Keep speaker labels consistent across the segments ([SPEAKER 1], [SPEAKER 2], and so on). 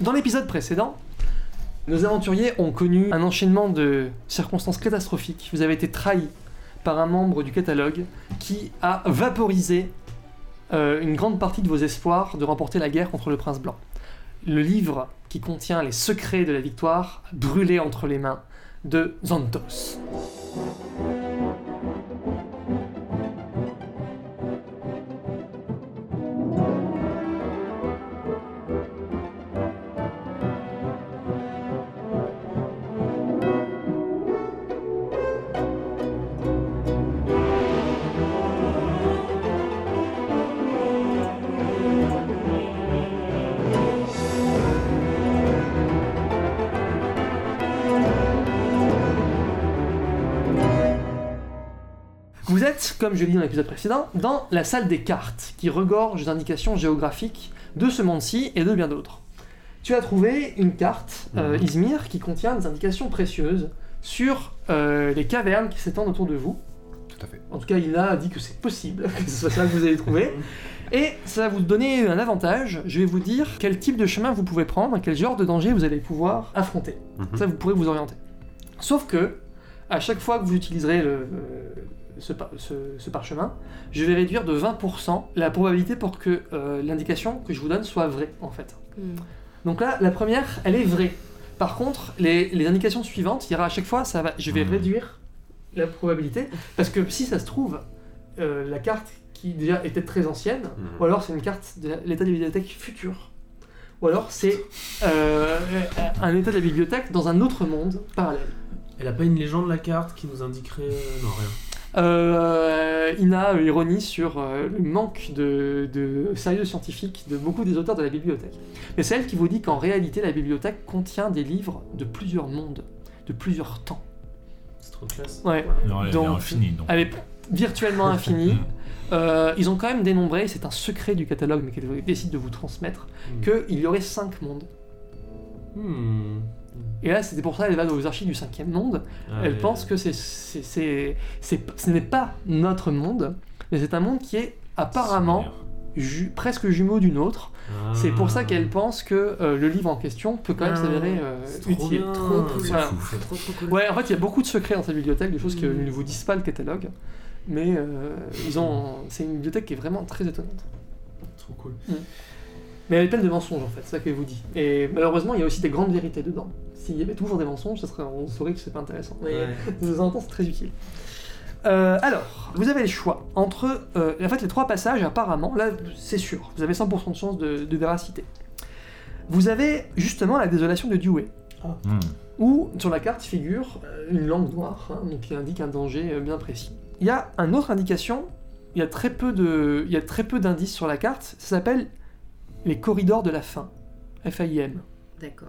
[SPEAKER 1] Dans l'épisode précédent, nos aventuriers ont connu un enchaînement de circonstances catastrophiques. Vous avez été trahis par un membre du catalogue qui a vaporisé euh, une grande partie de vos espoirs de remporter la guerre contre le prince blanc. Le livre qui contient les secrets de la victoire a brûlé entre les mains de Xanthos. Vous êtes, comme je l'ai dit dans l'épisode précédent, dans la salle des cartes, qui regorge d'indications géographiques de ce monde-ci et de bien d'autres. Tu as trouvé une carte, euh, Izmir, qui contient des indications précieuses sur euh, les cavernes qui s'étendent autour de vous.
[SPEAKER 2] Tout à fait.
[SPEAKER 1] En tout cas, il a dit que c'est possible que ce soit ça que vous allez trouver. Et ça va vous donner un avantage. Je vais vous dire quel type de chemin vous pouvez prendre, quel genre de danger vous allez pouvoir affronter.
[SPEAKER 2] Mhm.
[SPEAKER 1] Ça, vous pourrez vous orienter. Sauf que, à chaque fois que vous utiliserez le- euh, ce, par- ce- ce parchemin, je vais réduire de 20% la probabilité pour que euh, l'indication que je vous donne soit vraie, en fait. Donc là, la première, elle est vraie. Par contre, les, les indications suivantes, il y aura à chaque fois, ça va, je vais
[SPEAKER 2] Mhm.
[SPEAKER 1] réduire la probabilité, parce que si ça se trouve, euh, la carte qui déjà était très ancienne,
[SPEAKER 2] Mhm.
[SPEAKER 1] ou alors c'est une carte de l'état de la bibliothèque future, ou alors c'est euh, un état de la bibliothèque dans un autre monde parallèle.
[SPEAKER 3] Elle a pas une légende la carte qui nous indiquerait euh, non rien.
[SPEAKER 1] Euh, Ina euh, ironie sur euh, le manque de, de sérieux scientifique de beaucoup des auteurs de la bibliothèque. Mais c'est elle qui vous dit qu'en réalité, la bibliothèque contient des livres de plusieurs mondes, de plusieurs temps.
[SPEAKER 3] C'est trop classe.
[SPEAKER 1] Ouais.
[SPEAKER 4] Non, elle elle est
[SPEAKER 1] Donc,
[SPEAKER 4] infinie, donc.
[SPEAKER 1] Elle est virtuellement infinie.
[SPEAKER 4] Mm.
[SPEAKER 1] Euh, ils ont quand même dénombré, c'est un secret du catalogue, mais qu'elle décide de vous transmettre,
[SPEAKER 3] Mm.
[SPEAKER 1] qu'il y aurait cinq mondes.
[SPEAKER 3] Hmm.
[SPEAKER 1] Et là, c'était pour ça qu'elle va dans les archives du cinquième monde, Elle
[SPEAKER 3] Ouais.
[SPEAKER 1] pense que c'est, c'est, c'est, c'est- ce n'est pas notre monde, mais c'est un monde qui est apparemment ju- presque jumeau du nôtre.
[SPEAKER 3] Ah.
[SPEAKER 1] C'est pour ça qu'elle pense que euh, le livre en question peut quand même
[SPEAKER 5] Ah.
[SPEAKER 1] s'avérer euh,
[SPEAKER 3] C'est trop
[SPEAKER 1] utile.
[SPEAKER 3] bien.
[SPEAKER 5] Trop cool.
[SPEAKER 1] Voilà.
[SPEAKER 5] C'est trop trop cool.
[SPEAKER 1] Ouais, en fait, il y a beaucoup de secrets dans cette bibliothèque, des choses que
[SPEAKER 5] Mm.
[SPEAKER 1] ne vous disent pas le catalogue. Mais euh, ils ont, c'est une bibliothèque qui est vraiment très étonnante.
[SPEAKER 3] Trop cool.
[SPEAKER 1] Mais elle est pleine de mensonges en fait, c'est ça qu'elle vous dit. Et malheureusement, il y a aussi des grandes vérités dedans. S'il y avait toujours des mensonges, ça serait, on saurait que c'est pas intéressant. Mais,
[SPEAKER 3] Ouais.
[SPEAKER 1] de temps en temps, c'est très utile. Euh, alors, vous avez le choix entre, euh, en fait, les trois passages, apparemment, là, c'est sûr, vous avez 100% de chance de, de véracité. Vous avez justement la désolation de Dewey,
[SPEAKER 4] Hmm.
[SPEAKER 1] où sur la carte figure euh, une langue noire, hein, donc qui indique un danger euh, bien précis. Il y a une autre indication, il y a très peu de, il y a très peu d'indices sur la carte, ça s'appelle les corridors de la faim, F-A-I-M.
[SPEAKER 5] D'accord.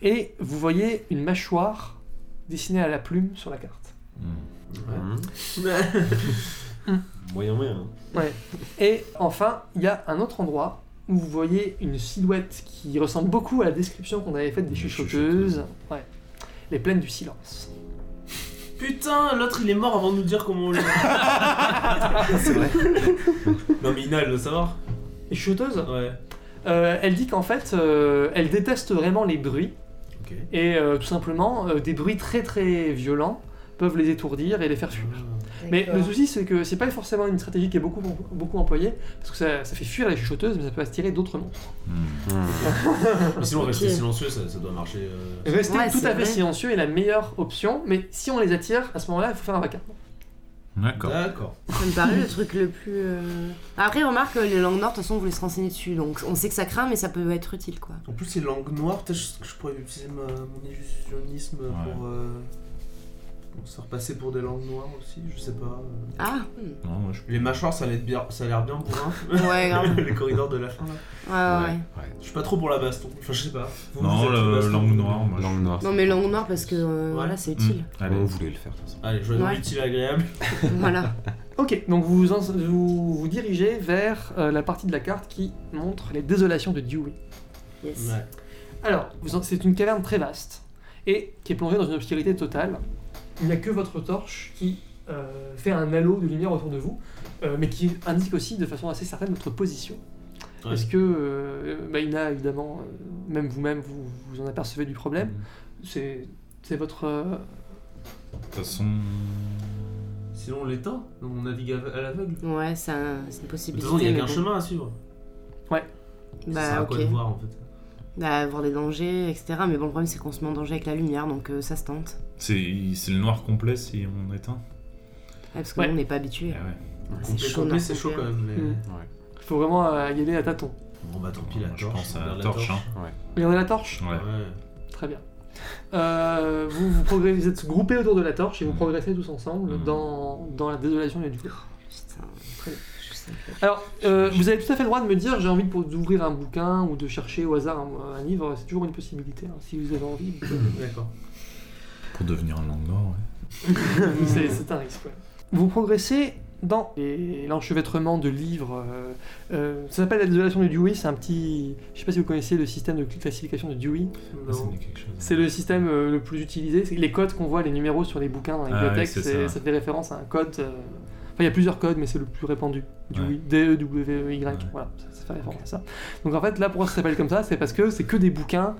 [SPEAKER 1] Et vous voyez une mâchoire dessinée à la plume sur la carte.
[SPEAKER 4] Hmm.
[SPEAKER 2] Mhm.
[SPEAKER 3] Moyen moyen.
[SPEAKER 1] Et enfin, il y a un autre endroit où vous voyez une silhouette qui ressemble beaucoup à la description qu'on avait faite des
[SPEAKER 4] Des
[SPEAKER 1] chuchoteuses. Ouais. Les plaines du silence.
[SPEAKER 3] Putain, l'autre il est mort avant de nous dire comment on le.
[SPEAKER 2] C'est vrai.
[SPEAKER 3] non mais Ina elle doit savoir.
[SPEAKER 1] Les chuchoteuses
[SPEAKER 3] Ouais.
[SPEAKER 1] euh, Elle dit qu'en fait, euh, elle déteste vraiment les bruits.
[SPEAKER 3] Ok.
[SPEAKER 1] Et euh, tout simplement, euh, des bruits très très violents peuvent les étourdir et
[SPEAKER 3] Ah,
[SPEAKER 1] les faire fuir. Mais le souci, c'est que c'est pas forcément une stratégie qui est beaucoup, beaucoup employée, parce que ça, ça fait fuir les chuchoteuses, mais ça peut attirer d'autres monstres.
[SPEAKER 4] Hmm.
[SPEAKER 3] Mais sinon rester
[SPEAKER 5] Ok.
[SPEAKER 3] silencieux ça, ça doit marcher. euh,
[SPEAKER 1] Rester
[SPEAKER 5] Ouais,
[SPEAKER 1] tout
[SPEAKER 5] c'est
[SPEAKER 1] à fait
[SPEAKER 5] vrai.
[SPEAKER 1] silencieux est la meilleure option, mais si on les attire, à ce moment-là, il faut faire un vacarme.
[SPEAKER 4] D'accord.
[SPEAKER 3] D'accord.
[SPEAKER 5] Ça me paraît le truc le plus. euh, Après, remarque, les langues nord, de toute façon, on voulait se renseigner dessus. Donc, on sait que ça craint, mais ça peut être utile, quoi.
[SPEAKER 3] En plus, c'est langue noire. Peut-être que je pourrais utiliser ma- mon illusionnisme
[SPEAKER 4] Ouais.
[SPEAKER 3] pour, euh, pour se repasser pour des langues noires aussi. Je sais pas. euh.
[SPEAKER 5] Ah hmm.
[SPEAKER 4] Non, moi, je-
[SPEAKER 3] Les mâchoires, ça a l'air bien, ça a l'air bien pour un.
[SPEAKER 5] Ouais, grave.
[SPEAKER 3] les corridors de la fin. Là.
[SPEAKER 5] Ouais, Ah ouais, ouais.
[SPEAKER 3] Je suis pas trop pour la baston. Enfin, je sais pas. Vous,
[SPEAKER 4] Non,
[SPEAKER 3] vous êtes
[SPEAKER 4] le-
[SPEAKER 3] baston
[SPEAKER 4] langue noire, moi. je-
[SPEAKER 2] Langue noire.
[SPEAKER 5] Non, mais langue noire, parce que euh, voilà,
[SPEAKER 3] Mm.
[SPEAKER 5] c'est utile.
[SPEAKER 4] Hmm. Allez.
[SPEAKER 2] On voulait le faire de toute façon.
[SPEAKER 3] Allez, je vais dans
[SPEAKER 5] Ouais.
[SPEAKER 3] l'utile agréable.
[SPEAKER 5] voilà.
[SPEAKER 1] Ok, donc vous vous, en- vous vous dirigez vers euh, la partie de la carte qui montre les désolations de Dewey.
[SPEAKER 5] Yes.
[SPEAKER 3] Ouais.
[SPEAKER 1] Alors, vous en- c'est une caverne très vaste et qui est plongée dans une obscurité totale. Il n'y a que votre torche qui euh, fait un halo de lumière autour de vous, euh, mais qui indique aussi de façon assez certaine votre position. Parce que euh, bah, Ina, évidemment, euh, même vous-même, vous, vous en apercevez du problème. C'est c'est votre. euh,
[SPEAKER 4] De toute façon.
[SPEAKER 3] Sinon, on l'éteint. On navigue à à l'aveugle.
[SPEAKER 5] Ouais, c'est un- c'est une
[SPEAKER 3] De toute
[SPEAKER 5] possibilité.
[SPEAKER 3] façon, il n'y a
[SPEAKER 5] mais
[SPEAKER 3] qu'un
[SPEAKER 5] bon.
[SPEAKER 3] chemin à suivre. ça sert
[SPEAKER 5] Bah,
[SPEAKER 3] à
[SPEAKER 5] ok.
[SPEAKER 3] quoi de voir en fait
[SPEAKER 5] Bah, voir des dangers, etc. Mais bon, le problème, c'est qu'on se met en danger avec la lumière, donc euh, ça se tente.
[SPEAKER 4] C'est c'est le noir complet si on éteint.
[SPEAKER 5] Ouais, parce que
[SPEAKER 1] Ouais.
[SPEAKER 5] nous, on n'est pas habitué.
[SPEAKER 3] Euh,
[SPEAKER 4] Eh ouais.
[SPEAKER 5] C'est
[SPEAKER 3] Complet,
[SPEAKER 5] chaud, hein.
[SPEAKER 3] complet,
[SPEAKER 5] Narc,
[SPEAKER 3] c'est chaud
[SPEAKER 5] complet.
[SPEAKER 3] quand même. Mais...
[SPEAKER 1] Mm. Faut vraiment euh, y aller à tâtons.
[SPEAKER 3] Bon, bah tant pis, la
[SPEAKER 4] Moi,
[SPEAKER 3] torche.
[SPEAKER 4] je pense
[SPEAKER 3] on
[SPEAKER 4] à
[SPEAKER 3] regarde
[SPEAKER 4] la torche, hein.
[SPEAKER 1] Regardez la torche
[SPEAKER 4] Ouais.
[SPEAKER 3] Ouais.
[SPEAKER 1] Très bien. Euh, vous, vous, progressez, vous êtes groupés autour de la torche et vous
[SPEAKER 4] Mm.
[SPEAKER 1] progressez tous ensemble
[SPEAKER 4] Mm.
[SPEAKER 1] dans, dans la désolation du coup.
[SPEAKER 5] Putain.
[SPEAKER 1] Très bien.
[SPEAKER 5] Je sais pas.
[SPEAKER 1] Alors, euh, vous avez tout à fait le droit de me dire j'ai envie de- pour- d'ouvrir un bouquin ou de chercher au hasard un, un livre, c'est toujours une possibilité. hein, si vous avez envie, vous pouvez-
[SPEAKER 3] D'accord.
[SPEAKER 4] Pour devenir un langue noir, ouais.
[SPEAKER 1] c'est c'est un risque. ouais. Vous progressez dans les- l'enchevêtrement de livres. euh, euh, ça s'appelle la désolation de Dewey, c'est un petit. Je sais pas si vous connaissez le système de classification de Dewey.
[SPEAKER 4] Ça me
[SPEAKER 3] Non.
[SPEAKER 4] dit quelque chose.
[SPEAKER 1] C'est le système euh, le plus utilisé. c'est Les codes qu'on voit, les numéros sur les bouquins dans les
[SPEAKER 4] Ah
[SPEAKER 1] bibliothèques,
[SPEAKER 4] oui, c'est
[SPEAKER 1] c'est-
[SPEAKER 4] ça.
[SPEAKER 1] ça fait référence à un code. euh, Enfin, il y a plusieurs codes, mais c'est le plus répandu. Du E,
[SPEAKER 4] Ouais.
[SPEAKER 1] D-E-W-Y.
[SPEAKER 4] Ouais.
[SPEAKER 1] Voilà, ça, ça fait référence à ça. Donc en fait, là, pourquoi ça s'appelle comme ça C'est parce que c'est que des bouquins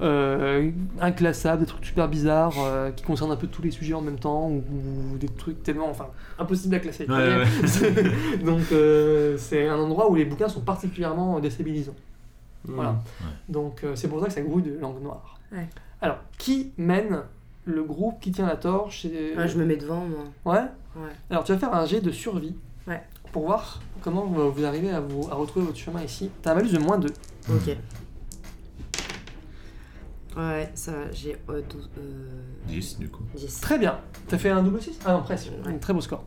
[SPEAKER 1] euh, inclassables, des trucs super bizarres euh, qui concernent un peu tous les sujets en même temps, ou, ou des trucs tellement. Enfin, impossible à classer.
[SPEAKER 4] Ouais, ouais, ouais.
[SPEAKER 1] C'est- Donc euh, c'est un endroit où les bouquins sont particulièrement déstabilisants. Voilà.
[SPEAKER 3] Mm.
[SPEAKER 1] Donc euh, c'est pour ça que ça grouille de langue noire.
[SPEAKER 5] Ouais.
[SPEAKER 1] Alors, qui mène le groupe qui tient la torche et- euh,
[SPEAKER 5] Ouais, je me mets devant, moi.
[SPEAKER 1] Ouais
[SPEAKER 5] Ouais.
[SPEAKER 1] Alors tu vas faire un jet de survie
[SPEAKER 5] Ouais.
[SPEAKER 1] pour voir comment euh, vous arrivez à, vous, à retrouver votre chemin ici. T'as un malus de moins 2.
[SPEAKER 5] Ok.
[SPEAKER 3] Mm.
[SPEAKER 5] Ouais, ça va, j'ai euh, 12, euh,
[SPEAKER 4] 10 du coup.
[SPEAKER 5] 10.
[SPEAKER 1] Très bien. T'as fait un double 6 Ah non, presque.
[SPEAKER 5] Ouais.
[SPEAKER 1] Un Très beau score.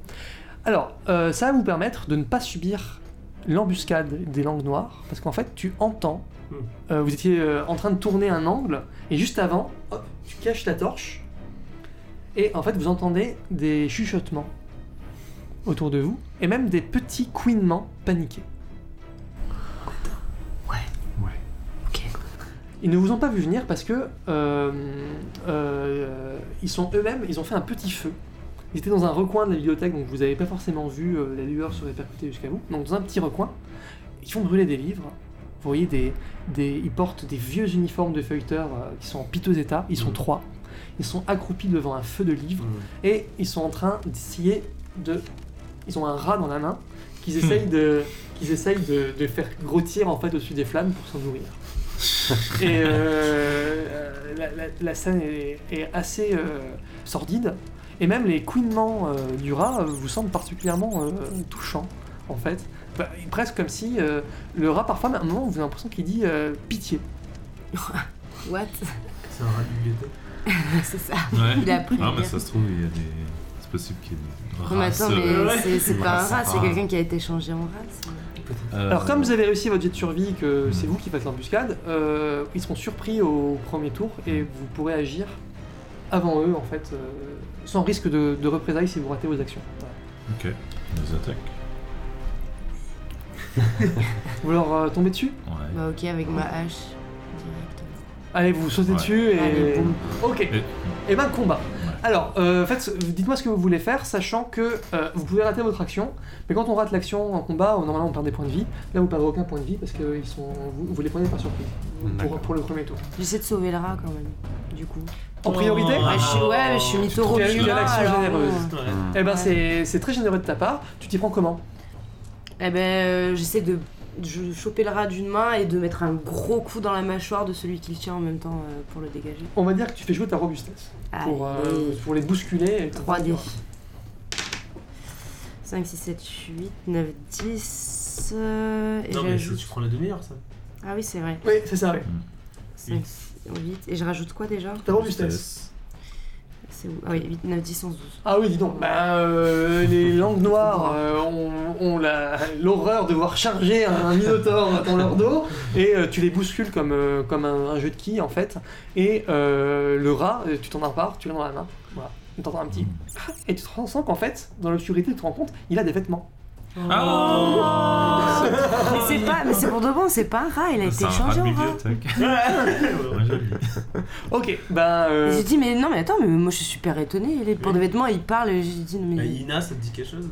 [SPEAKER 1] Alors, euh, ça va vous permettre de ne pas subir l'embuscade des langues noires, parce qu'en fait, tu entends,
[SPEAKER 3] Hmm.
[SPEAKER 1] euh, vous étiez euh, en train de tourner un angle, et juste avant, hop, tu caches ta torche, et en fait, vous entendez des chuchotements autour de vous, et même des petits couinements paniqués.
[SPEAKER 5] Ok.
[SPEAKER 1] Ils ne vous ont pas vu venir parce que euh, euh, ils sont eux-mêmes, ils ont fait un petit feu. Ils étaient dans un recoin de la bibliothèque, donc vous n'avez pas forcément vu euh, la lueur se répercuter jusqu'à vous. Donc dans un petit recoin, ils font brûler des livres. Vous voyez, des, des- ils portent des vieux uniformes de feuilleteurs euh, qui sont en piteux état. Ils sont trois. Ils sont accroupis devant un feu de livres
[SPEAKER 3] Mm.
[SPEAKER 1] et ils sont en train d'essayer de. Ils ont un rat dans la main qu'ils essayent de, qu'ils essayent de, de faire grottir en fait au-dessus des flammes pour s'en nourrir. Et euh, la, la- la scène est, est assez euh, sordide et même les couinements euh, du rat euh, vous semblent particulièrement euh, touchants en fait. Bah, presque comme si euh, le rat parfois, à un moment, vous avez l'impression qu'il dit euh, pitié.
[SPEAKER 5] What
[SPEAKER 3] C'est un rat de bibliothèque.
[SPEAKER 5] C'est ça.
[SPEAKER 4] Ouais.
[SPEAKER 5] Il a pris
[SPEAKER 4] Ah,
[SPEAKER 5] du
[SPEAKER 4] mais
[SPEAKER 5] bien.
[SPEAKER 4] ça se trouve, il y a des. C'est possible qu'il y ait des.
[SPEAKER 5] Non, mais attends,
[SPEAKER 4] races, euh,
[SPEAKER 5] mais Ah, c'est- c'est pas un
[SPEAKER 4] race,
[SPEAKER 5] rat, c'est
[SPEAKER 4] ah.
[SPEAKER 5] quelqu'un qui a été changé en race.
[SPEAKER 4] euh,
[SPEAKER 1] Alors comme vous avez réussi votre jet de survie, que c'est
[SPEAKER 4] Mm.
[SPEAKER 1] vous qui faites l'embuscade, euh, ils seront surpris au premier tour et vous pourrez agir avant eux en fait, euh, sans risque de, de représailles si vous ratez vos actions. Voilà.
[SPEAKER 4] Ok. Des attaques.
[SPEAKER 1] Vous leur euh, tombez dessus
[SPEAKER 4] Ouais.
[SPEAKER 5] Bah, ok, avec ma hache. Direct.
[SPEAKER 1] Allez, vous sautez
[SPEAKER 4] Ouais.
[SPEAKER 1] dessus et...
[SPEAKER 5] Allez, boum.
[SPEAKER 1] Ok.
[SPEAKER 4] Et-
[SPEAKER 1] Et ben combat. Alors, euh, faites, dites-moi ce que vous voulez faire, sachant que euh, vous pouvez rater votre action, mais quand on rate l'action en combat, euh, normalement on perd des points de vie. Là, vous perdez aucun point de vie parce que euh, ils sont, vous, vous les prenez par surprise pour,
[SPEAKER 2] D'accord.
[SPEAKER 1] pour le premier tour.
[SPEAKER 5] J'essaie de sauver le rat quand même, du coup.
[SPEAKER 1] En
[SPEAKER 3] Oh.
[SPEAKER 1] priorité
[SPEAKER 3] Ah.
[SPEAKER 5] Ouais, je suis, ouais, mais je suis mi-taureau.
[SPEAKER 1] Tu as eu
[SPEAKER 5] mi-rat,
[SPEAKER 1] une action
[SPEAKER 5] alors bon.
[SPEAKER 1] généreuse.
[SPEAKER 3] Ouais.
[SPEAKER 2] Mhm.
[SPEAKER 1] Eh ben,
[SPEAKER 5] Ouais.
[SPEAKER 1] c'est- c'est très généreux de ta part. Tu t'y prends comment
[SPEAKER 5] Eh ben, euh, j'essaie de de choper le rat d'une main et de mettre un gros coup dans la mâchoire de celui qui le tient en même temps euh, pour le dégager.
[SPEAKER 1] On va dire que tu fais jouer ta robustesse pour, euh,
[SPEAKER 5] Allez.
[SPEAKER 1] pour les bousculer. et-
[SPEAKER 5] 3D. 5, 6, 7, 8, 9, 10. euh, et
[SPEAKER 3] Non, mais c'est-
[SPEAKER 5] j'ajoute-
[SPEAKER 3] tu prends la demi-heure ça.
[SPEAKER 5] Ah oui, c'est vrai.
[SPEAKER 1] Oui, c'est ça. oui.
[SPEAKER 5] 5, 8. Et je rajoute quoi déjà
[SPEAKER 1] Ta robustesse.
[SPEAKER 5] C'est où Ah oui, 8, 9, 10, 11, 12.
[SPEAKER 1] Ah oui, dis donc. Ben, euh, les langues noires euh, ont, ont la- l'horreur de voir charger un minotaure dans leur dos et euh, tu les bouscules comme, euh, comme un, un jeu de quilles en fait. Et euh, le rat, euh, tu t'en empares, tu l'as dans la main. Voilà. T'entends un petit. Et tu te rends compte qu'en fait, dans l'obscurité, tu te rends compte, il a des vêtements.
[SPEAKER 5] Oh.
[SPEAKER 4] Ah
[SPEAKER 5] Mais c'est pas, mais c'est pour de bon, c'est pas un rat, il a
[SPEAKER 4] C'est
[SPEAKER 5] été hein.
[SPEAKER 4] un rat
[SPEAKER 5] changé
[SPEAKER 4] de
[SPEAKER 5] en rat.
[SPEAKER 4] bibliothèque.
[SPEAKER 3] Ouais.
[SPEAKER 4] Ouais, joli.
[SPEAKER 1] Ok, ben.
[SPEAKER 5] Et
[SPEAKER 1] euh,
[SPEAKER 5] J'ai dit, mais non, mais attends, mais moi je suis super étonnée. Il est pour des vêtements, il parle et j'ai dit, non,
[SPEAKER 3] Bah,
[SPEAKER 5] mais.
[SPEAKER 3] Ina, ça te dit quelque chose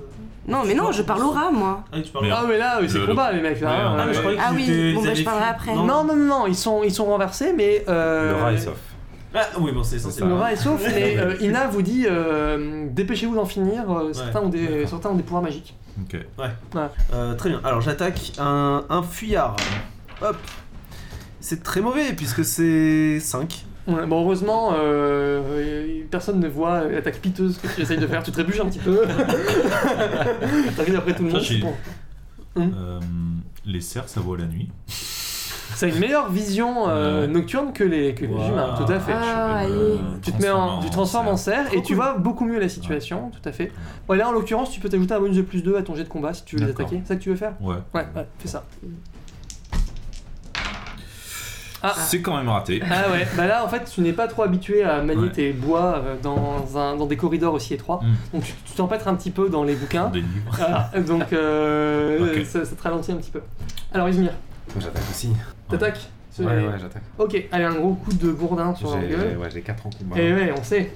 [SPEAKER 5] Non, mais non, je parle au rat, moi.
[SPEAKER 3] Ah, tu parles.
[SPEAKER 4] Merde.
[SPEAKER 1] Ah, mais là, c'est
[SPEAKER 4] Le-
[SPEAKER 1] combat, les mecs, là.
[SPEAKER 4] Ouais,
[SPEAKER 1] hein.
[SPEAKER 3] Ah, mais je croyais
[SPEAKER 5] Ah
[SPEAKER 3] qu'ils
[SPEAKER 5] oui,
[SPEAKER 3] étaient-
[SPEAKER 5] bon,
[SPEAKER 3] ils
[SPEAKER 5] bah, je
[SPEAKER 3] avaient
[SPEAKER 5] parlerai
[SPEAKER 3] fui.
[SPEAKER 5] après.
[SPEAKER 1] Non, non, non, non, ils sont, ils sont renversés, mais. euh,
[SPEAKER 4] Le rat est sauf. hein.
[SPEAKER 3] Ah, oui, bon, c'est essentiel.
[SPEAKER 1] Le rat est sauf, mais euh, Ina vous dit euh, dépêchez-vous d'en finir, euh, certains, ont des,
[SPEAKER 3] d'accord.
[SPEAKER 1] certains ont des pouvoirs magiques.
[SPEAKER 4] Ok.
[SPEAKER 3] Euh, très bien. Alors j'attaque un, un fuyard. Hop. C'est très mauvais puisque c'est 5.
[SPEAKER 1] Ouais, bon, heureusement, euh, personne ne voit l'attaque piteuse que tu essayes de faire, tu trébuches un petit peu. T'arrives après tout le
[SPEAKER 4] Ça,
[SPEAKER 1] monde.
[SPEAKER 4] j'ai-
[SPEAKER 1] Bon.
[SPEAKER 4] Euh, les cerfs, ça voit la nuit.
[SPEAKER 1] Ça a une meilleure vision euh,
[SPEAKER 4] Ouais.
[SPEAKER 1] nocturne que les, que les
[SPEAKER 4] Waouh.
[SPEAKER 1] humains, tout à fait.
[SPEAKER 5] Ah,
[SPEAKER 4] Je vais
[SPEAKER 5] allez.
[SPEAKER 4] me
[SPEAKER 1] Tu te mets en, tu te transformes en
[SPEAKER 4] cerf.
[SPEAKER 1] cerf et
[SPEAKER 5] Trop
[SPEAKER 1] tu
[SPEAKER 5] cool.
[SPEAKER 1] vois beaucoup mieux la situation, tout à fait. Bon, et là en l'occurrence, tu peux t'ajouter un bonus de plus 2 à ton jet de combat si tu veux les
[SPEAKER 4] D'accord.
[SPEAKER 1] attaquer. C'est ça que tu veux faire
[SPEAKER 4] Ouais.
[SPEAKER 1] Ouais, ouais, fais ça.
[SPEAKER 4] C'est quand même raté.
[SPEAKER 1] Ah ouais, bah là en fait, tu n'es pas trop habitué à manier
[SPEAKER 4] Ouais.
[SPEAKER 1] tes bois euh, dans, un, dans des corridors aussi étroits,
[SPEAKER 4] Mm.
[SPEAKER 1] donc tu tu t'empêtres un petit peu dans les bouquins.
[SPEAKER 4] Des livres.
[SPEAKER 1] Ah, donc euh,
[SPEAKER 4] Ok.
[SPEAKER 1] ça, ça te ralentit un petit peu. Alors Izmir,
[SPEAKER 2] J'attaque aussi.
[SPEAKER 1] t'attaques ce-
[SPEAKER 2] Ouais, ouais, j'attaque.
[SPEAKER 1] Ok, allez, un gros coup de bourdin sur la
[SPEAKER 2] J'ai-
[SPEAKER 1] gueule.
[SPEAKER 2] j'ai- Ouais, j'ai 4 en combat.
[SPEAKER 1] Et ouais, on sait,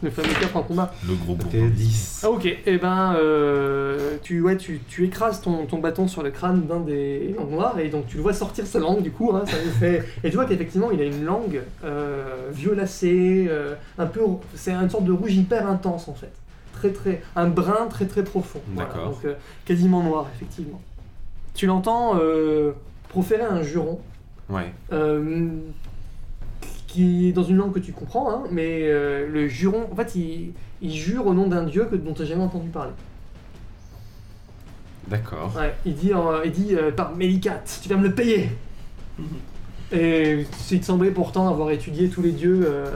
[SPEAKER 1] le fameux cap en combat.
[SPEAKER 4] Le gros bourreau.
[SPEAKER 2] C'était 10.
[SPEAKER 1] Ah, Ok, et ben euh, tu, ouais, tu, tu écrases ton, ton bâton sur le crâne d'un des langues noires et donc tu le vois sortir sa langue du coup. hein, ça lui fait... Et tu vois qu'effectivement il a une langue euh, violacée, euh, un peu, c'est une sorte de rouge hyper intense en fait, très très, un brun très très profond. Voilà,
[SPEAKER 2] D'accord.
[SPEAKER 1] donc euh, quasiment noir effectivement. Tu l'entends euh, proférer un juron
[SPEAKER 2] Ouais.
[SPEAKER 1] euh, qui est dans une langue que tu comprends, hein, mais euh, le juron, en fait, il, il jure au nom d'un dieu que, dont tu n'as jamais entendu parler.
[SPEAKER 2] D'accord.
[SPEAKER 1] Ouais, il dit, en- il dit euh, par Mélicat, tu vas me le payer. Et il te semblait pourtant avoir étudié tous les dieux euh,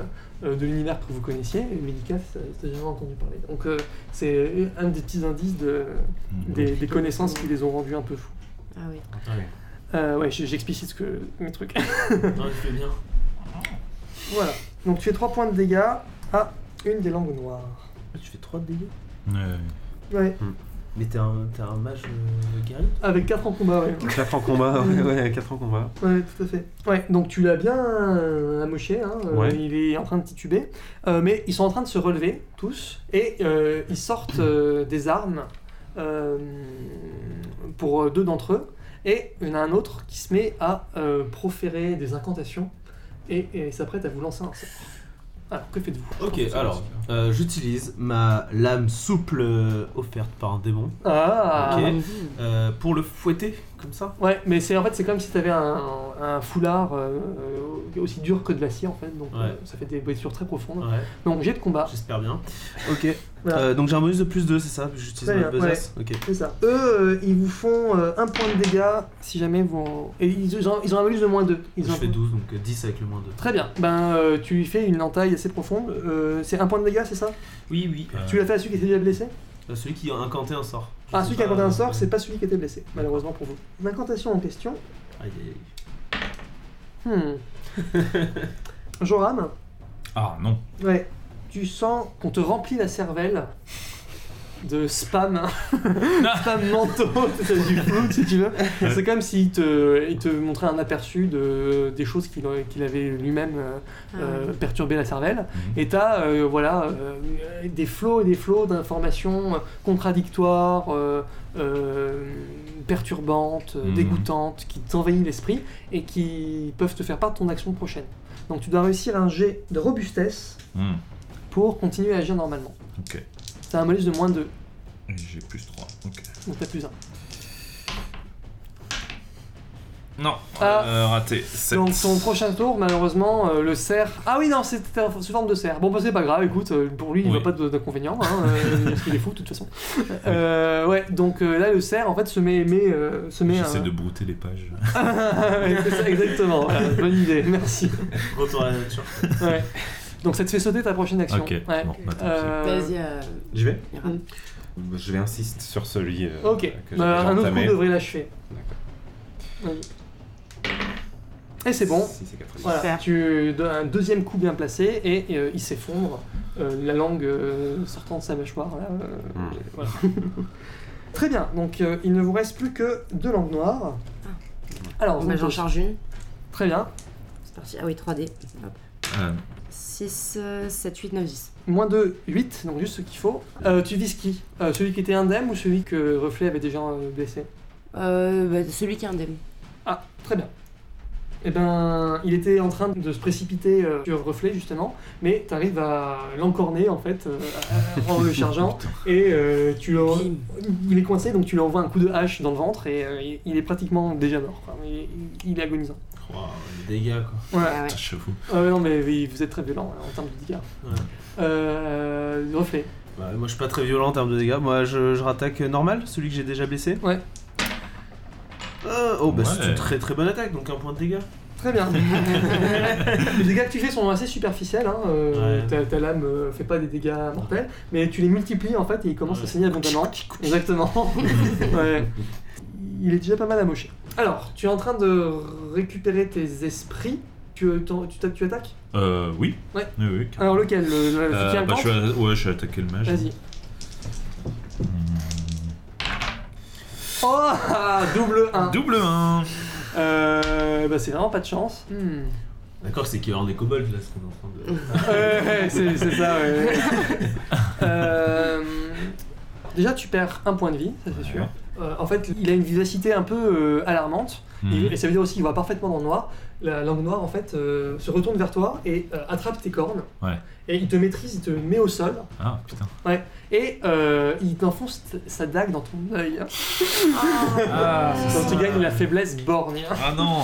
[SPEAKER 1] euh, de l'univers que vous connaissiez, et Mélicat, ça- ça t'as jamais entendu parler. Donc euh, c'est un des petits indices de,
[SPEAKER 4] Mm.
[SPEAKER 1] des, des connaissances qui les ont rendus un peu fous.
[SPEAKER 5] Ah oui.
[SPEAKER 1] Euh, ouais, j'- j'explicite ce que, mes trucs.
[SPEAKER 3] Non, il fait bien.
[SPEAKER 1] voilà. Donc tu fais 3 points de dégâts à une des langues noires.
[SPEAKER 3] Ah, tu fais 3 de dégâts.
[SPEAKER 4] Ouais.
[SPEAKER 1] Ouais,
[SPEAKER 3] Mais t'es un, t'es un mage euh, guerrier
[SPEAKER 1] avec 4 en combat, ouais.
[SPEAKER 2] 4 en combat, ouais, ouais, 4 en combat.
[SPEAKER 1] Ouais, tout à fait. Ouais, donc tu l'as bien euh, amoché, hein, euh,
[SPEAKER 2] Ouais.
[SPEAKER 1] il est en train de tituber. Euh, mais ils sont en train de se relever, tous, et euh, ils sortent euh, des armes euh, pour euh, deux d'entre eux. Et il y en a un autre qui se met à euh, proférer des incantations et, et s'apprête à vous lancer un sort. Alors, que faites-vous
[SPEAKER 3] Ok, alors euh, j'utilise ma lame souple euh, offerte par un démon
[SPEAKER 1] Ah
[SPEAKER 3] Ok. euh, pour le fouetter comme ça.
[SPEAKER 1] Ouais, mais c'est en fait c'est comme si t'avais un, un foulard euh, euh, aussi dur que de l'acier en fait, donc
[SPEAKER 3] Ouais.
[SPEAKER 1] euh, ça fait des blessures très profondes.
[SPEAKER 3] Ouais,
[SPEAKER 1] Donc j'ai de combat.
[SPEAKER 3] j'espère bien. Ok.
[SPEAKER 1] Voilà.
[SPEAKER 3] Euh, donc j'ai un bonus de plus 2, c'est ça J'utilise
[SPEAKER 1] Très
[SPEAKER 3] ma
[SPEAKER 1] bien,
[SPEAKER 3] besace. Ok.
[SPEAKER 1] C'est ça. Eux, euh, ils vous font euh, un point de dégâts si jamais vous. en- Et ils, ils ont, ils ont un bonus de moins 2. Ils ont
[SPEAKER 3] Je
[SPEAKER 1] un
[SPEAKER 3] fais
[SPEAKER 1] point-
[SPEAKER 3] 12, donc euh, 10 avec le moins 2.
[SPEAKER 1] Très bien. Ben, euh, tu lui fais une entaille assez profonde. Euh, c'est un point de dégâts, c'est ça
[SPEAKER 3] Oui, oui.
[SPEAKER 4] Ouais.
[SPEAKER 1] Tu l'as fait à celui qui était déjà blessé
[SPEAKER 3] Euh, celui qui a incanté un sort. Je
[SPEAKER 1] Ah,
[SPEAKER 3] sais
[SPEAKER 1] celui qui a
[SPEAKER 3] pas,
[SPEAKER 1] compté un
[SPEAKER 3] euh,
[SPEAKER 1] sort, c'est pas celui qui était blessé, malheureusement pour vous. L'incantation en question.
[SPEAKER 3] Aïe, aïe, aïe.
[SPEAKER 1] Hmm. Joram,
[SPEAKER 4] Ah non.
[SPEAKER 1] ouais, tu sens qu'on te remplit la cervelle de spam, hein. spam mentaux, c'est du flou si tu veux. C'est comme s'il te, il te montrait un aperçu de, des choses qu'il qu'il avait lui-même euh,
[SPEAKER 5] Ah,
[SPEAKER 1] euh,
[SPEAKER 5] ouais.
[SPEAKER 1] perturber la cervelle.
[SPEAKER 4] Mhm.
[SPEAKER 1] Et t'as euh, voilà, euh, des flots et des flots d'informations contradictoires, euh, euh, perturbantes, euh,
[SPEAKER 4] Mhm.
[SPEAKER 1] dégoûtantes, qui t'envahissent l'esprit et qui peuvent te faire part de ton action prochaine. Donc tu dois réussir un jet de robustesse
[SPEAKER 4] Hmm.
[SPEAKER 1] pour continuer à agir normalement.
[SPEAKER 4] Ok.
[SPEAKER 1] C'est un bonus de moins 2,
[SPEAKER 4] Et J'ai plus 3. Ok.
[SPEAKER 1] donc t'as plus 1.
[SPEAKER 4] Non.
[SPEAKER 1] Ah.
[SPEAKER 4] Euh, raté. 7.
[SPEAKER 1] Donc ton prochain tour, malheureusous, euh, le cerf... Ah oui, non, c'était un- sous forme de cerf. Bon, bah c'est pas grave, écoute, euh, pour lui, il
[SPEAKER 4] Oui.
[SPEAKER 1] n'y a pas de- d'inconvénient, hein, euh, parce qu'il est fou, de toute façon. Euh, ouais, donc euh, là, le cerf, en fait, se met... met, euh, se met
[SPEAKER 4] J'essaie
[SPEAKER 1] un-
[SPEAKER 4] de brouter les pages.
[SPEAKER 1] Ouais, c'est ça, exactement, voilà, bonne idée, merci.
[SPEAKER 3] Retour à la nature.
[SPEAKER 1] Ouais. Donc ça te fait sauter ta prochaine action.
[SPEAKER 4] ok.
[SPEAKER 1] Ouais.
[SPEAKER 4] Bon, bah, tant
[SPEAKER 1] Euh,
[SPEAKER 5] Vas-y, euh,
[SPEAKER 2] J'y vais
[SPEAKER 5] Ira.
[SPEAKER 1] Mm.
[SPEAKER 2] Je vais insister sur celui euh,
[SPEAKER 1] Ok,
[SPEAKER 2] que j'ai
[SPEAKER 1] Bah,
[SPEAKER 2] déjà
[SPEAKER 1] un autre coup
[SPEAKER 2] entamé.
[SPEAKER 1] devrait l'achever. Vas-y. Et c'est bon,
[SPEAKER 2] Si, c'est 90.
[SPEAKER 1] Voilà,
[SPEAKER 5] Super.
[SPEAKER 1] tu donnes un deuxième coup bien placé et euh, il s'effondre, euh, la langue euh, sortant de sa mâchoire. là, euh,
[SPEAKER 2] Hmm.
[SPEAKER 1] voilà. Très bien, donc euh, il ne vous reste plus que deux langues noires. Alors,
[SPEAKER 5] Bon, bah,
[SPEAKER 1] Zantos.
[SPEAKER 5] j'en charge une.
[SPEAKER 1] très bien.
[SPEAKER 5] C'est parti. Ah oui, 3D. Hop.
[SPEAKER 4] Euh,
[SPEAKER 5] 6, 7, 8, 9, 10.
[SPEAKER 1] Moins de 8, donc juste ce qu'il faut. Euh, tu vises qui Euh, Celui qui était indemne ou celui que Reflet avait déjà euh, blessé
[SPEAKER 5] Euh, bah, celui qui est indemne.
[SPEAKER 1] Ah, très bien. Eh ben, il était en train de se précipiter euh, sur Reflet, justement, mais t'arrives à l'encorner, en fait, euh, en le chargeant, et euh, tu le-
[SPEAKER 5] Bim.
[SPEAKER 1] il est coincé, donc tu lui envoies un coup de hache dans le ventre, et euh, il- il est pratiquement déjà mort. quoi. Il, il est agonisant.
[SPEAKER 3] Waouh, les dégâts quoi.
[SPEAKER 1] Ouais.
[SPEAKER 5] Ah ouais.
[SPEAKER 4] Putain, j'avoue.
[SPEAKER 1] Ah ouais, non, mais oui, vous êtes très violent hein, en termes de dégâts.
[SPEAKER 3] Ouais.
[SPEAKER 1] Euh, reflet.
[SPEAKER 3] Bah, moi je suis pas très violent en termes de dégâts, moi je, je rattaque euh, normal, celui que j'ai déjà blessé.
[SPEAKER 1] Ouais.
[SPEAKER 3] Euh, oh bah c'est
[SPEAKER 4] Ouais.
[SPEAKER 3] une très très bonne attaque, donc un point de dégâts.
[SPEAKER 1] Très bien. les dégâts que tu fais sont assez superficiels. Hein. euh,
[SPEAKER 3] Ouais.
[SPEAKER 1] ta, ta lame euh, fait pas des dégâts mortels, mais tu les multiplies en fait et il commence à
[SPEAKER 3] Ouais.
[SPEAKER 1] saigner abondamment. Exactement. Ouais. Il est déjà pas mal amoché. Alors, tu es en train de récupérer tes esprits. Tu, euh, t'en- tu, t'a- tu attaques
[SPEAKER 4] Euh, oui.
[SPEAKER 1] Ouais.
[SPEAKER 4] Oui, oui. carrément.
[SPEAKER 1] Alors lequel le, le- celui qui
[SPEAKER 4] Euh, bah,
[SPEAKER 1] incante
[SPEAKER 4] je vais, ouais, je Hmm. vais attaquer le mage.
[SPEAKER 1] Vas-y. Oh ah, Double 1
[SPEAKER 4] Double 1
[SPEAKER 1] euh, bah, C'est vraiment pas de chance. Hmm.
[SPEAKER 3] D'accord, c'est qu'il y a un des kobolds là, ce qu'on est en train de.
[SPEAKER 1] Ouais, ouais, c'est c'est ça, ouais. ouais. Euh, déjà, tu perds un point de vie, ça c'est sûr. Euh, en fait, il a une vivacité un peu euh, alarmante,
[SPEAKER 4] Mm. Mmh.
[SPEAKER 1] et, et ça veut dire aussi qu'il voit parfaitement dans le noir. La langue noire, en fait, euh, se retourne vers toi et euh, attrape tes cornes.
[SPEAKER 4] Ouais.
[SPEAKER 1] Et il te maîtrise, il te met au sol,
[SPEAKER 4] Ah putain.
[SPEAKER 1] et euh, il t'enfonce t- sa dague dans ton œil.
[SPEAKER 4] Ah,
[SPEAKER 1] Donc tu gagnes la faiblesse borgne.
[SPEAKER 4] Ah non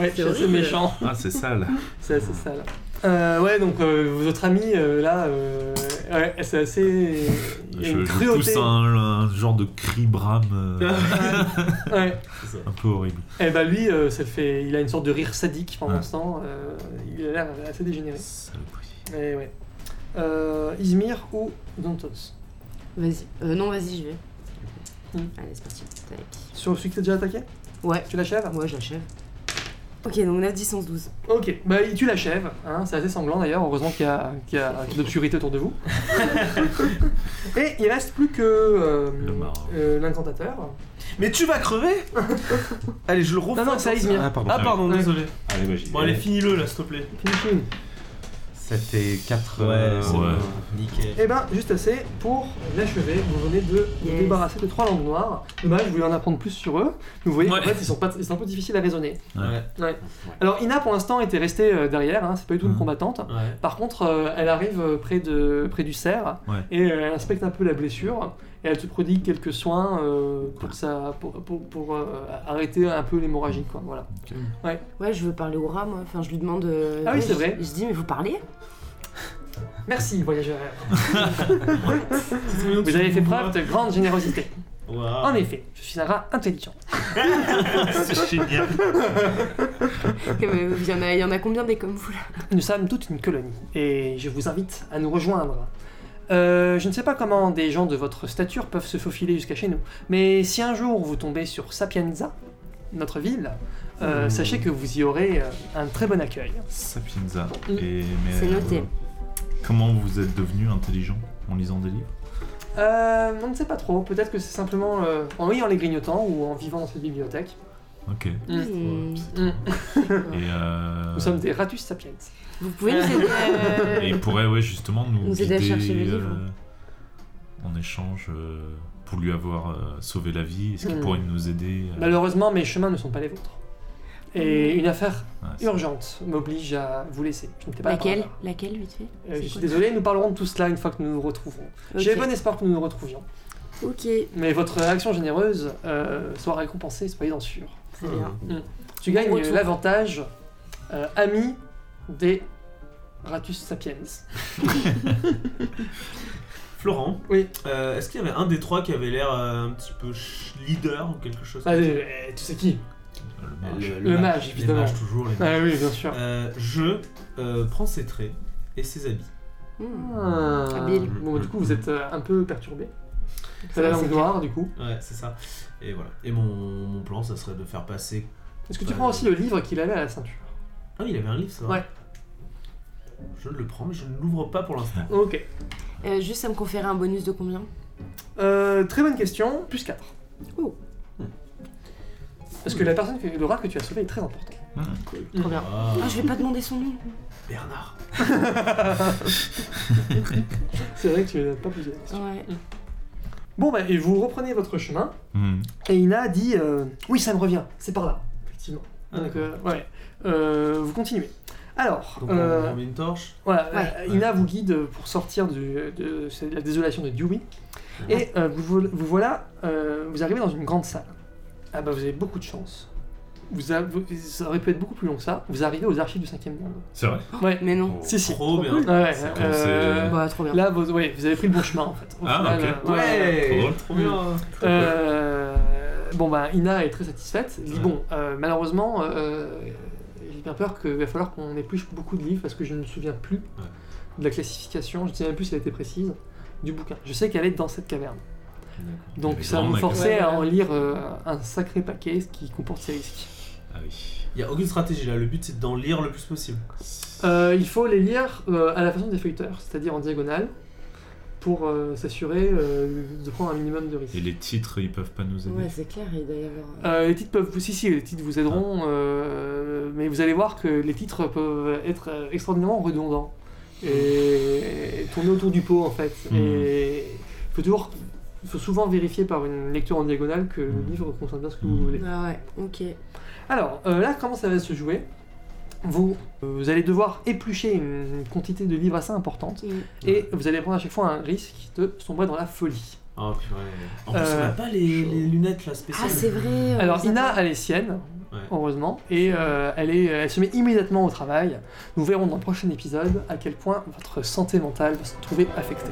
[SPEAKER 1] ouais, c'est assez
[SPEAKER 5] horrible.
[SPEAKER 1] méchant.
[SPEAKER 4] Ah c'est sale.
[SPEAKER 1] C'est assez sale. Euh, ouais, donc euh, votre ami euh, là, euh, ouais, c'est assez. Il y a
[SPEAKER 4] Je,
[SPEAKER 1] une
[SPEAKER 4] je
[SPEAKER 1] cruauté.
[SPEAKER 4] pousse un, un genre de cri brame euh,
[SPEAKER 1] Ouais.
[SPEAKER 4] un peu horrible.
[SPEAKER 1] Et bah lui, euh, ça fait, il a une sorte de rire sadique pendant
[SPEAKER 4] Ouais.
[SPEAKER 1] ce temps. euh, il a l'air assez dégénéré.
[SPEAKER 4] Saloperie.
[SPEAKER 1] Mais ouais. Euh, Izmir ou Dantos
[SPEAKER 5] Vas-y. Euh, non, vas-y, j'y vais.
[SPEAKER 1] Mm.
[SPEAKER 5] Allez, c'est parti. Tac.
[SPEAKER 1] Sur celui qui t'a déjà attaqué
[SPEAKER 5] Hum. Ouais.
[SPEAKER 1] Tu l'achèves
[SPEAKER 5] Ah, Moi, je l'achève. Ok, donc 9, 10, 11, 12.
[SPEAKER 1] Ok, bah tu l'achèves. Hein, c'est assez sanglant d'ailleurs. Heureusement qu'il y a, qu'il y a de l'obscurité autour de vous. Et il reste plus que euh,
[SPEAKER 4] Le marin.
[SPEAKER 1] euh, l'incantateur.
[SPEAKER 3] Mais tu vas crever Allez, je le refais.
[SPEAKER 1] Non, non, c'est à Izmir.
[SPEAKER 2] Ah, pardon.
[SPEAKER 3] Ah, pardon,
[SPEAKER 1] Ouais.
[SPEAKER 3] désolé.
[SPEAKER 2] Allez, moi, j'y
[SPEAKER 3] Bon,
[SPEAKER 2] vais.
[SPEAKER 3] allez, finis-le là, s'il te plaît. Euh,
[SPEAKER 1] Finishing.
[SPEAKER 2] 7 et 4.
[SPEAKER 3] Ouais,
[SPEAKER 4] c'est bon.
[SPEAKER 3] Nickel.
[SPEAKER 1] Eh ben, juste assez pour l'achever. Vous venez de vous
[SPEAKER 5] Yes.
[SPEAKER 1] débarrasser de trois langues noires. Dommage, je voulais en apprendre plus sur eux. Mais vous voyez qu'en
[SPEAKER 4] Ouais.
[SPEAKER 1] fait, ils sont, pas, ils sont un peu difficiles à raisonner.
[SPEAKER 3] Ouais,
[SPEAKER 1] Alors, Ina, pour l'instant, était restée euh, derrière. hein, c'est pas du tout une
[SPEAKER 4] Mhm.
[SPEAKER 1] combattante.
[SPEAKER 3] ouais.
[SPEAKER 1] Par contre, euh, elle arrive euh, près, de, près du cerf
[SPEAKER 4] Ouais.
[SPEAKER 1] et euh, elle inspecte un peu la blessure. Et elle te prodigue quelques soins euh, pour, ça, pour, pour- pour, euh, arrêter un peu l'hémorragie. quoi, Voilà.
[SPEAKER 5] Ouais, je veux parler au rat, moi. Enfin, je lui demande. euh,
[SPEAKER 1] Ah oui,
[SPEAKER 5] ouais,
[SPEAKER 1] c'est
[SPEAKER 5] je-
[SPEAKER 1] vrai.
[SPEAKER 5] Je dis, mais vous parlez
[SPEAKER 1] Merci, voyageur. Vous avez fait preuve de grande générosité.
[SPEAKER 4] Ah
[SPEAKER 1] En effet, je suis un rat intelligent.
[SPEAKER 4] C'est génial.
[SPEAKER 5] Ok, mais Il y, en a- il y en a combien des comme vous là
[SPEAKER 1] Nous sommes toute une colonie et je vous invite à nous rejoindre. Euh, je ne sais pas comment des gens de votre stature peuvent se faufiler jusqu'à chez nous, mais si un jour vous tombez sur Sapienza, notre ville, euh,
[SPEAKER 2] Mmh.
[SPEAKER 1] sachez que vous y aurez euh, un très bon accueil.
[SPEAKER 4] Sapienza.
[SPEAKER 1] Mm.
[SPEAKER 4] Et, mais,
[SPEAKER 5] C'est noté.
[SPEAKER 4] comment vous êtes devenu intelligent en lisant des livres
[SPEAKER 1] Euh, on ne sait pas trop, peut-être que c'est simplement euh, en oui, en les grignotant ou en vivant dans cette bibliothèque.
[SPEAKER 4] Ok.
[SPEAKER 5] Hmm.
[SPEAKER 4] C'est
[SPEAKER 1] Mm.
[SPEAKER 4] trop bien. Et, euh,
[SPEAKER 1] Nous sommes des ratus sapiens.
[SPEAKER 5] Vous pouvez nous aider euh,
[SPEAKER 4] Et il pourrait ouais, justement nous,
[SPEAKER 5] Nous aider à
[SPEAKER 4] guider,
[SPEAKER 5] chercher le livre.
[SPEAKER 4] euh, en échange euh, pour lui avoir euh, sauvé la vie. Est-ce qu'il
[SPEAKER 1] Mm.
[SPEAKER 4] pourrait nous aider euh,
[SPEAKER 1] Malheureusement, mes chemins ne sont pas les vôtres. Et une affaire
[SPEAKER 4] ouais, c'est-
[SPEAKER 1] urgente m'oblige à vous laisser. Je ne t'ai pas
[SPEAKER 5] Laquelle
[SPEAKER 1] par hasard.
[SPEAKER 5] Laquelle, vite fait
[SPEAKER 1] Euh,
[SPEAKER 5] C'est
[SPEAKER 1] je suis
[SPEAKER 5] quoi
[SPEAKER 1] désolé, nous parlerons de tout cela une fois que nous nous retrouverons.
[SPEAKER 5] Ok.
[SPEAKER 1] J'ai bon espoir que nous nous retrouvions.
[SPEAKER 5] Ok,
[SPEAKER 1] Mais votre action généreuse euh, sera récompensée, soyez en sûr. Hum.
[SPEAKER 5] très bien.
[SPEAKER 1] Tu gagnes
[SPEAKER 5] Bon retour.
[SPEAKER 1] l'avantage euh, ami des Ratus Sapiens.
[SPEAKER 3] Florent,
[SPEAKER 1] Oui.
[SPEAKER 3] euh, est-ce qu'il y avait un des trois qui avait l'air euh, un petit peu ch- leader ou quelque chose
[SPEAKER 1] Ah, euh, euh, tu sais qui
[SPEAKER 4] le mage.
[SPEAKER 1] le mage, évidemment.
[SPEAKER 3] Les mages, toujours, les mages.
[SPEAKER 1] Ah oui, bien sûr.
[SPEAKER 3] Euh, je euh, prends ses traits et ses habits.
[SPEAKER 5] Hmm.
[SPEAKER 1] Ah.
[SPEAKER 5] Habile.
[SPEAKER 1] Bon, du coup, vous êtes euh, un peu perturbé.
[SPEAKER 5] Ça
[SPEAKER 1] C'est la
[SPEAKER 5] va,
[SPEAKER 1] langue
[SPEAKER 5] c'est
[SPEAKER 1] noire, du coup.
[SPEAKER 3] Ouais, c'est ça. Et voilà. Et mon, mon plan, ça serait de faire passer.
[SPEAKER 1] Est-ce que tu
[SPEAKER 3] Ouais.
[SPEAKER 1] prends aussi le livre qu'il avait à la ceinture
[SPEAKER 3] Ah oui, il avait un livre, ça.
[SPEAKER 1] Ouais.
[SPEAKER 3] Je le prends, mais je ne l'ouvre pas pour l'instant.
[SPEAKER 1] Ok.
[SPEAKER 5] clair. Euh, juste, ça me conférait un bonus de combien
[SPEAKER 1] Euh, très bonne question, plus 4. Oh. Parce que la personne, que, le rat que tu as sauvé est très important.
[SPEAKER 5] Trop bien.
[SPEAKER 3] Ah,
[SPEAKER 5] Ah, je vais pas demander son nom.
[SPEAKER 3] Bernard.
[SPEAKER 1] C'est vrai que tu l'as pas posé la question.
[SPEAKER 5] Ouais.
[SPEAKER 1] Bon, bah, et vous reprenez votre chemin.
[SPEAKER 4] Hmm.
[SPEAKER 1] Et Ina dit euh, Oui, ça me revient, c'est par là, effectivement.
[SPEAKER 3] Ah,
[SPEAKER 1] Donc, euh, ouais. Euh, vous continuez. Alors,
[SPEAKER 3] Donc
[SPEAKER 1] euh,
[SPEAKER 3] on met une torche.
[SPEAKER 1] voilà,
[SPEAKER 5] Ouais.
[SPEAKER 1] euh, Ina vous guide pour sortir du- de, c'est la désolation de Dewey. Et euh, vous, vo- vous voilà, euh, vous arrivez dans une grande salle. Ah bah, vous avez beaucoup de chance. Vous avez- vous- ça aurait pu être beaucoup plus long que ça. Vous arrivez aux archives du 5ème monde.
[SPEAKER 4] C'est vrai.
[SPEAKER 1] Ouais,
[SPEAKER 5] Mais non.
[SPEAKER 1] si, si.
[SPEAKER 3] Trop bien.
[SPEAKER 1] Ouais, ouais,
[SPEAKER 4] C'est
[SPEAKER 1] euh,
[SPEAKER 4] c'est-
[SPEAKER 5] Bah, trop bien.
[SPEAKER 1] là, vous, ouais, vous avez pris le bon chemin en fait. Au
[SPEAKER 4] Ah,
[SPEAKER 1] final,
[SPEAKER 4] ok.
[SPEAKER 1] euh, ouais.
[SPEAKER 4] Trop
[SPEAKER 3] Ouais. Mmh.
[SPEAKER 4] drôle.
[SPEAKER 3] Trop bien.
[SPEAKER 1] Euh, bon bah Ina est très satisfaite. Elle dit
[SPEAKER 4] Ouais.
[SPEAKER 1] bon euh, malheureusement euh, j'ai bien peur qu'il va falloir qu'on épluche beaucoup de livres parce que je ne me souviens plus de la classification, je ne sais même plus si elle était précise du bouquin. Je sais qu'elle est dans cette caverne. Donc
[SPEAKER 4] Elle est
[SPEAKER 1] ça va
[SPEAKER 4] grande,
[SPEAKER 1] nous
[SPEAKER 4] la
[SPEAKER 1] forcer
[SPEAKER 5] caverne.
[SPEAKER 1] à en lire euh, un sacré paquet, ce qui comporte ses risques.
[SPEAKER 4] Ah oui.
[SPEAKER 3] Il y a aucune stratégie là. Le but c'est d'en lire le plus possible.
[SPEAKER 1] Euh, il faut les lire euh, à la façon des feuilleteurs, c'est-à-dire en diagonale, pour euh, s'assurer euh, de prendre un minimum de risques.
[SPEAKER 4] Et les titres, ils peuvent pas nous aider.
[SPEAKER 5] Ouais, c'est clair, il doit y avoir.
[SPEAKER 1] Euh, les titres peuvent vous, si, si, les titres vous aideront, euh, mais vous allez voir que les titres peuvent être euh, extraordinairement redondants et, et tourner autour du pot en fait.
[SPEAKER 4] Mhm.
[SPEAKER 1] Et il faut toujours, faut souvent vérifier par une lecture en diagonale que le
[SPEAKER 4] Mhm.
[SPEAKER 1] livre contient bien ce que vous
[SPEAKER 4] Mhm.
[SPEAKER 1] voulez.
[SPEAKER 5] Ah ouais, ok.
[SPEAKER 1] Alors euh, là, comment ça va se jouer vous, euh, vous allez devoir éplucher une quantité de livres assez importante
[SPEAKER 5] Mm.
[SPEAKER 1] et vous allez prendre à chaque fois un risque de sombrer dans la folie.
[SPEAKER 3] Oh purée. En plus,
[SPEAKER 1] Euh,
[SPEAKER 3] on a pas les, les lunettes là
[SPEAKER 5] Ah,
[SPEAKER 3] spéciales.
[SPEAKER 5] c'est vrai. euh,
[SPEAKER 1] Alors
[SPEAKER 5] ça
[SPEAKER 1] Ina
[SPEAKER 5] va.
[SPEAKER 1] elle est sienne,
[SPEAKER 3] Ouais.
[SPEAKER 1] heureusement, et euh, elle, est, elle se met immédiatement au travail. Nous verrons dans le prochain épisode à quel point votre santé mentale va se trouver affectée.